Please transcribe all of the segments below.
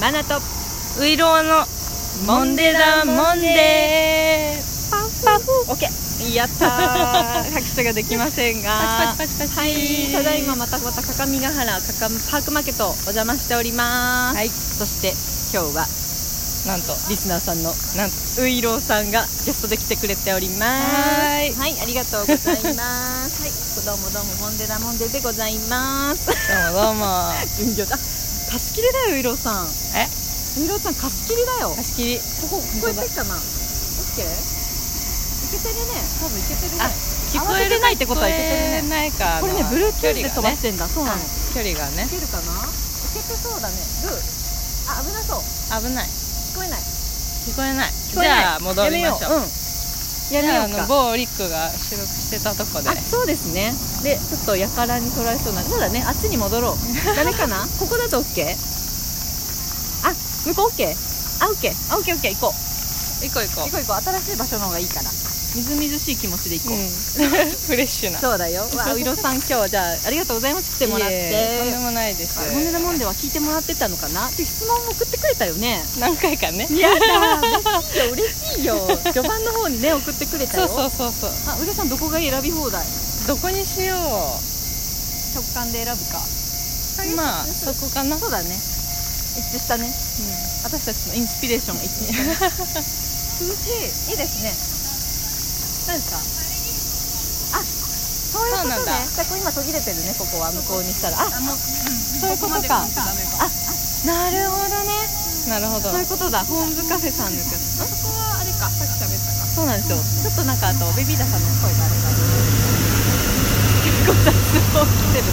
マナとウイローのモンデラモンデーパフパフオッケーやった ー拍手ができませんがパチパチパチパチ、はいただいままたまた各務原各務パークマーケットお邪魔しております、はいそして今日はなんとリスナーさんのなんとウイローさんがゲストで来てくれておりますはーいはいありがとうございますはいどうもどうもモンデラモンデでございます どうもどうも巡業だ貸し切りだよウイローさんえウイローさん貸し切りだよ貸し切りここ聞こえてきたな。オッケー。いけてるね。多分いけてるねあ。聞こえる慌ててないってことはいけてるね聞こえないかこれね、まあ Bluetooth で距離がね飛ばしてんだ。そうなの。い距離がねけるかな。いけてそうだね。グー。あ、危なそう。危ない聞こえない。聞こえない聞こえないじゃあ戻りましょうやじめよゃあう。やあめよのうか。某リックが収録してたとこであ、そうですね。で、ちょっとやからに捉えそうな。そうだね。あっちに戻 ろう。ダメかな。ここだとオッケー。あ、向こうオッケー。あ、オッケー。あ、オッケー、オッケー、行こう。行こう行こ行こう、行こう。新しい場所の方がいいから。みずみずしい気持ちで行う、こう。うん、 フレッシュなそうだよ。 わあ、ウイロさん今日じゃあありがとうございます来てもらっいえいえとんてで。もないですモンデラモンデは聞いてもらってたのかなで質問を送ってくれたよね何回かねやだ嬉しいよ嬉しいよ序盤の方にね送ってくれたそようそうそうそうあウレさんどこが選び放題どこにしよう直感で選ぶかまあそそこかな、そうだね一致したね私たちのインスピレーションが一致したね涼しいいいですね何ですかあそういうことそうなんねだじゃあこれ今途切れてるねここは向こうにしたらあそそういうことかあなるほどねなるほどそういうことだホームズカフェさんですよねこはあれかさっき喋ったかそうなんですよ。ちょっとなんかあとベビーダさんの声があれば。結構雑音来てる。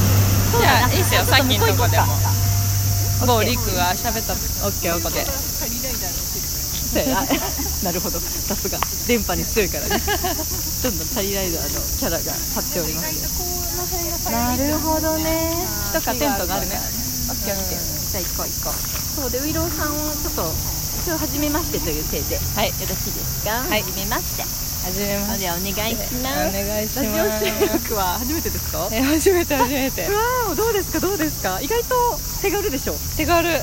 じゃあいいっすよさっきのとこでもも某リクが喋ったとオッケーオこッケでー。そうやな なるほど。さすが電波に強い からね。どんどんチャリライダーのキャラが立っておりますね。なるほどね。とかテントがあるね。オッケーオッケー。じゃあ行こう行こう。そうでウイローさんをちょっと一応初めましてという体で。はいよろしいですか。はい初めまして。始めまあしてではお願いしおます。願いしラジオ収ます録は 初めてですか？わえ初めて初めてーおどうですかどうですか？意外と手軽でしょ。手軽、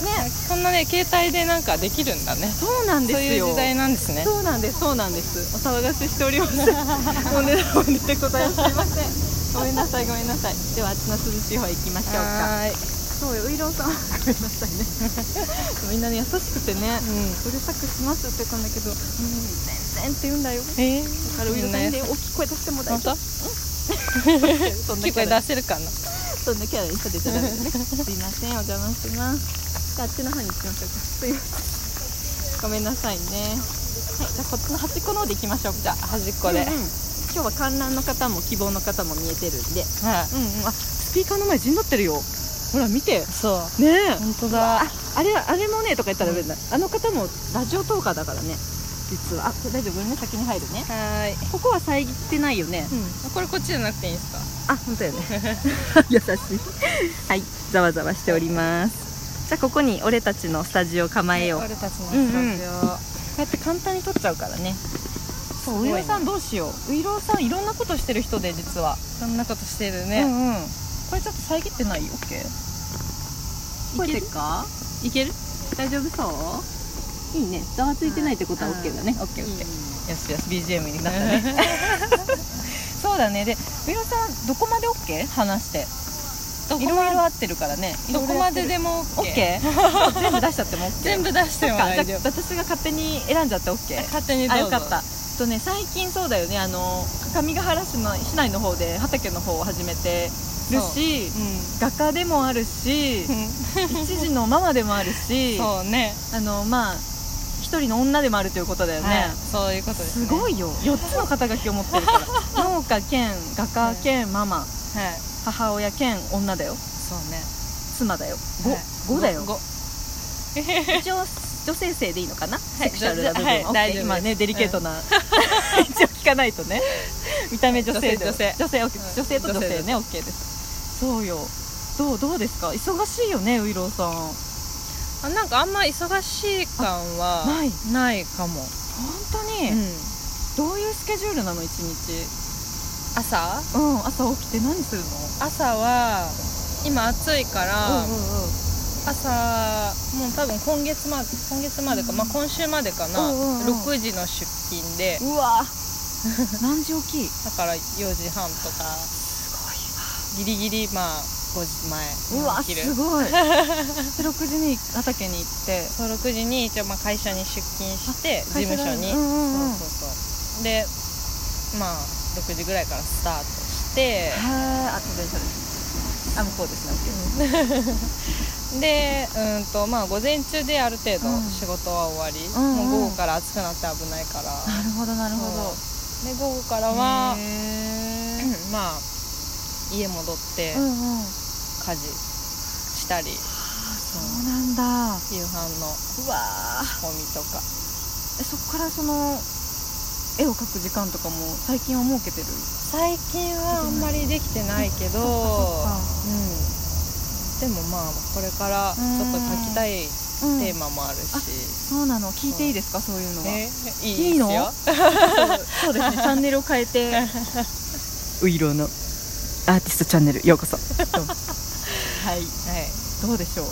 こんなね携帯でなんかできるんだねそうなんでそうすいうよ。時代なんですねそうなんですそうなんです。お騒がせしております。 お値段を出てございます。すいませ ん。ごめんなさいごめんなさい。ではあっちの涼しい方行きましょうか。はーいそうよウイローさんごめんなさいね。みんなね優しくてね。ううるさくしますって言ったんだけど、うん、全然って言うんだよ。んえだからウイローさんで大きい声出しても大本丈当夫。そんな結キャ構ラ出せるかなそんなキャラにされちゃダメだ ね。すいません、お邪魔します。じゃあ、あっちの方に行きましょうか。すいません。ごめんなさいね。はい、じゃあ、こっちの端っこの方で行きましょうか。じゃあ、端っこで、うんうん今日は観覧の方も希望の方も見えてるんで。はうんうん、あ、スピーカーの前陣取ってるよ。ほら、見て。いそうねえ。本当だあ、あれ、あれもねとか言ったら、だあの方もラジオトーカーだからね。実は、あ、これ大丈夫、ごめんね、先に入るね。はーい、ここは遮ってないよね。これこっちじゃなくていいんですかあ、本当よね。 優しい。はい、ざわざわしております。じゃあここに俺たちのスタジオ構えよう。こ俺たちのスタうんうんジオ、こうやって簡単に撮っちゃうからねうウイロさんどうしよう。ウイロさんいろんなことしてる人で実は。そんなことしてるうね、んうん。これちょっと遮ってないよ。オッケー。いけるいけるか？いける大丈夫そう？いいね。ざわついてないってことはオッケーだね。オッケーオッケー。よしよし BGM になったね。そうだね。で、ウイロさんどこまでオッケー？話して。どいころいろま合ってるからね。ど こまででも OK, オッケ ー。全部出しちゃってもオッケー。全部出しそてっもか大じ丈ゃあ夫私が勝手に選んじゃってオッケー勝手にどうあぞよかったとね最近そうだよねあの各務原市の市内の方で畑の方を始めてるしう画家でもある しん、一児のママでもあるしそうねあのまあ一人の女でもあるということだよね、はいそういうことです、すね、ごはいよ4つの肩書きを持ってる から農家兼画家兼ママい母親兼女だよそうね妻だよはい5、5だよごご一応女性性でいいのかな、セクシャルな部分、はいオッケー大丈夫今ねデリケートな、一応聞かないと ね見た目女性で女性女性女性うん女性と女性女性ね OK ですそうよどうどうですか忙しいよねウイローさん本あなんかあんま忙しい感はあないないかも、当に、うんどういうスケジュールなの一日朝うん朝起きて何するの朝は今暑いから、うんうんうん朝もう多分今月まで今月までか、まあ、今週までかな、うんうんうん6時の出勤でうわ 何時起きすだから4時半とかギリギリまあ5時前うわ起きるす ごいで6時に畑に行ってそう6時に一応まあ会社に出勤してあ事務所に、会社だうんうんうんそうそうそうでまあ6時ぐらいからスタートしてへえあとでそれあ向こうですね OK でうんとまあ午前中である程度うん仕事は終わり、んうんもう午後から暑くなって危ないからなるほどなるほどで午後からはへ、えうんまあ家戻ってうんうん家事したり、そうなんだ夕飯のうわー仕込みとかえそこからその絵を描く時間とかも最近は設けてる最近はあんまりできてないけど、うん、でもまあこれからちょっと書きたういんテーマもあるし、そうなの聞いていいですかそういうのはえいいいですのよそうですね、チャンネルを変えて。 ウイローのアーティストチャンネル、ようこ そ。はい、はい、どうでしょう。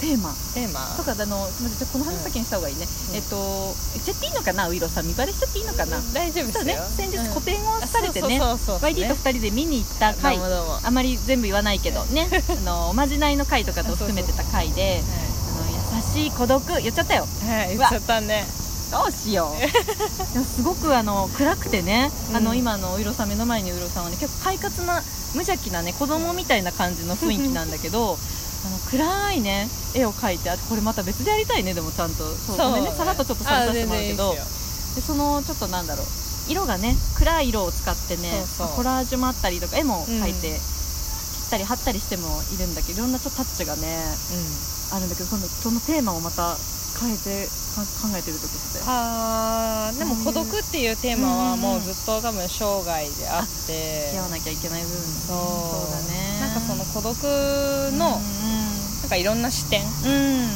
テーマテーマとか、あの、すみません、じゃあこの話先にした方がいいね。うんえっと、言っちゃっていいのかな、ウイローさん、見バレしちゃっていいのかな。大丈夫ですそうよ、ね、先日うん個展をされてね、そうそうそうそう YD と二人で見に行ったどう回。もどうも、あまり全部言わないけどね、あの、おまじないの回とかと含めてた回で。あの優しい孤独、言っちゃったよ。はい、はい、言っちゃったねどうし ようでもすごくあの暗くてね、うんあの今のおいろさん目の前にいろさんはね結構快活な無邪気なね子供みたいな感じの雰囲気なんだけどあの暗いね絵を描いてあこれまた別でやりたいねでもちゃんとそうごめんねさらっとちょっとされさせてもらうけどあ全然いいですでそのちょっとなんだろう色がね暗い色を使ってねそうそうコラージュもあったりとか絵も描いて、切ったり貼ったりしてもいるんだけどいろんなちょっとタッチがねようんあるんだけど今度そのテーマをまた変えてか考えてる時って。あーでもそういう孤独っていうテーマはもううんうんずっと多分生涯であって付き合わなきゃいけない部分そうそうだねなんかその孤独のなんかいろんな視点うん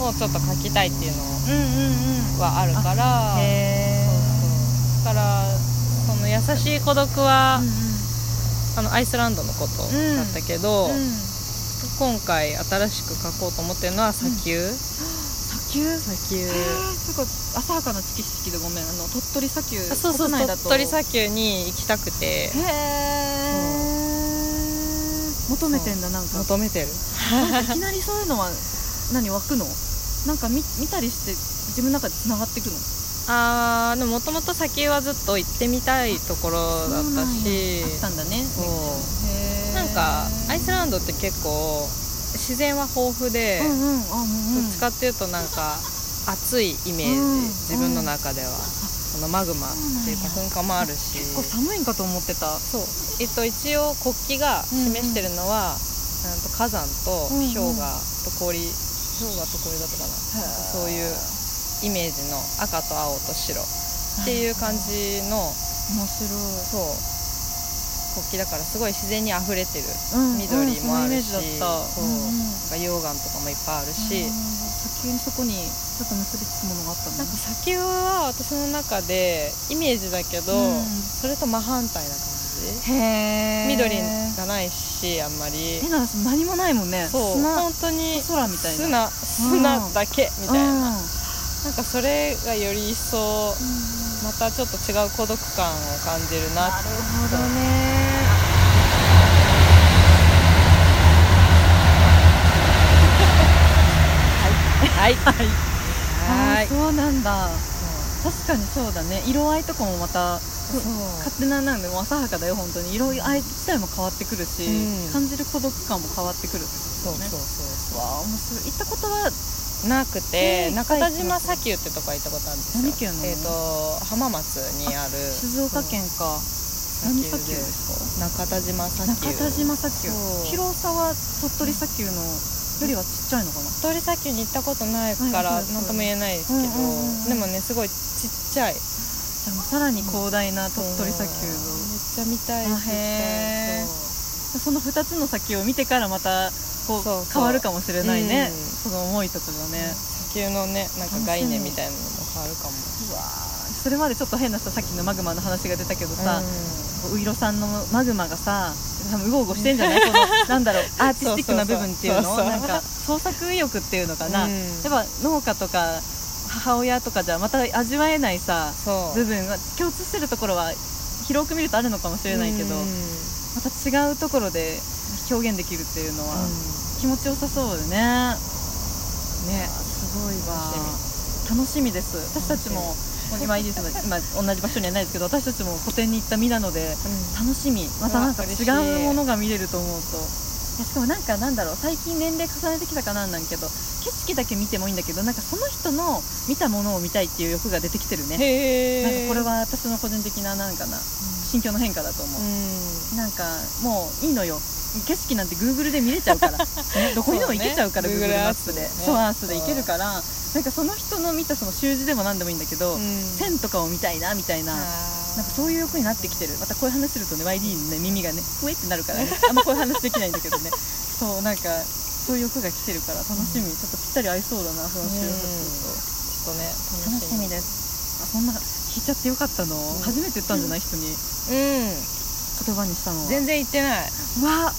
うんをちょっと書きたいっていうのうんうんうんはあるからへそうえそうだからその優しい孤独は、あのアイスランドのことだったけど、うん今回新しく書こうと思ってるのは砂丘、砂丘へ砂丘えすごい浅はかな知識でごめんあの鳥取砂丘あそうそう国内だ鳥と取砂丘に行きたくてへえ求めてんだなんか求めてるいきなりそういうのは何湧くのなんか見見たりして自分の中で繋がってくのあーでももともと砂丘はずっと行ってみたいところだったしそうなんやあったんだねそうへえなんかアイスランドって結構自然は豊富で、うんうんあもうどっちかっていうとなんか暑いイメージ、うん自分の中では、そのマグマっていうかそう噴火もあるし結構寒いんかと思ってたそう、えっと、一応国旗が示してるのは、うんと火山とうんうん氷河と氷、氷河と氷だったかなそういうイメージの赤と青と白っていう感じの面白いそう国旗だからすごい自然に溢れてるうんうん緑もあるしそのイメージだったそうなんか溶岩とかもいっぱいあるし、砂丘にそこにちょっと結びつくものがあったのなんか砂丘は私の中でイメージだけど、うんそれと真反対な感へえじ緑がないしあんまりえなんか何もないもんねそう砂本当に空みたいな砂砂だけみたいな、うんなんかそれがより一層またちょっと違う孤独感を感じるななっるほどねて はいはいあはーいそうなんだ確かにそうだね色合いとかもまたそう勝手ななんでもう浅はかだよ本当に色合い自体も変わってくるし、うん感じる孤独感も変わってくるってそうことねそうそうわあ面白い行ったことはなくえてー中田島砂丘ってとこは行ったことあるんですよ何県なのえっ、と浜松にある静岡県かそう何砂砂丘丘でですか中田島砂丘中田島砂丘そう広さは鳥取砂丘のよりはちっちゃいのかな鳥取砂丘に行ったことないかはらいそうそう何とも言えないですけど、うんうんうんうんでもねすごいちっちゃいじゃあもうさらに広大な鳥取砂丘うんのめっちゃ見たいあしへーそその2つの砂丘を見てからまたこうそうそう変わるかもしれないね、うんその思いとかがねう、砂丘のねなんか概念みたいなのも変わるかもうわーそれまでちょっと変なささっきのマグマの話が出たけどさ、うういろさんのマグマがさ多分うごうごしてんじゃないこのなんだろうアーティスティックな部分っていうのそうそうそうなんか創作意欲っていうのかんな、うんやっぱ農家とか母親とかじゃまた味わえないさそう部分が共通してるところは広く見るとあるのかもしれないけど、うんまた違うところで表現できるっていうのは気持ちよさそうよね、ねすごいわ楽しみです私たちももう今いいですね今同じ場所にはないですけど私たちも個展に行ったミラノで楽しみまたなんかうわ違嬉しいうものが見れると思うといやしかもなんかなんだろう最近年齢重ねてきたかなんなんけど景色だけ見てもいいんだけどなんかその人の見たものを見たいっていう欲が出てきてるねへえなんかこれは私の個人的ななんかな心境の変化だと思う、なんかもういいのよ景色なんて Google で見れちゃうから ねどこにでも行けちゃうからそう Google ねマップでね Google Earth でねそうアースで行けるからなんかその人の見たその習字でも何でもいいんだけど、線とかを見たいなみたいななんかそういう欲になってきてるまたこういう話するとね YD のね耳がねふえってなる からねあんまこういう話できないんだけどねそうなんかそういう欲が来てるから楽しみ、ちょっとぴったり合いそうだなその収録と、ちょっとね楽しみですあそんな聞いちゃってよかったの、ん初めて言ったんじゃない人にう言葉にしたのん全然行ってないわ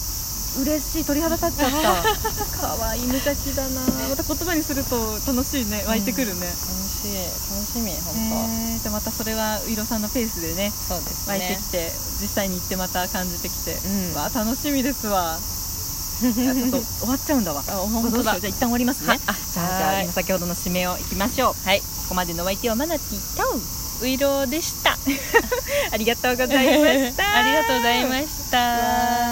嬉しい鳥肌立っちゃった 可愛い無邪気だなまた言葉にすると楽しいね湧いてくるね、楽しい楽しみ本へーじゃあまたそれはういろさんのペースでね当そうです湧いてねきて、実際に行ってまた感じてきて、うんわあ楽しみですわいやちょっと終わっちゃうんだわあど本当うしよだうじゃあ一旦終わりますねはあじゃあじゃはあい今先ほどの締めをいきましょうはいここまでのお相手はマナティとういろうでし たありがとうございましたありがとうございましわーた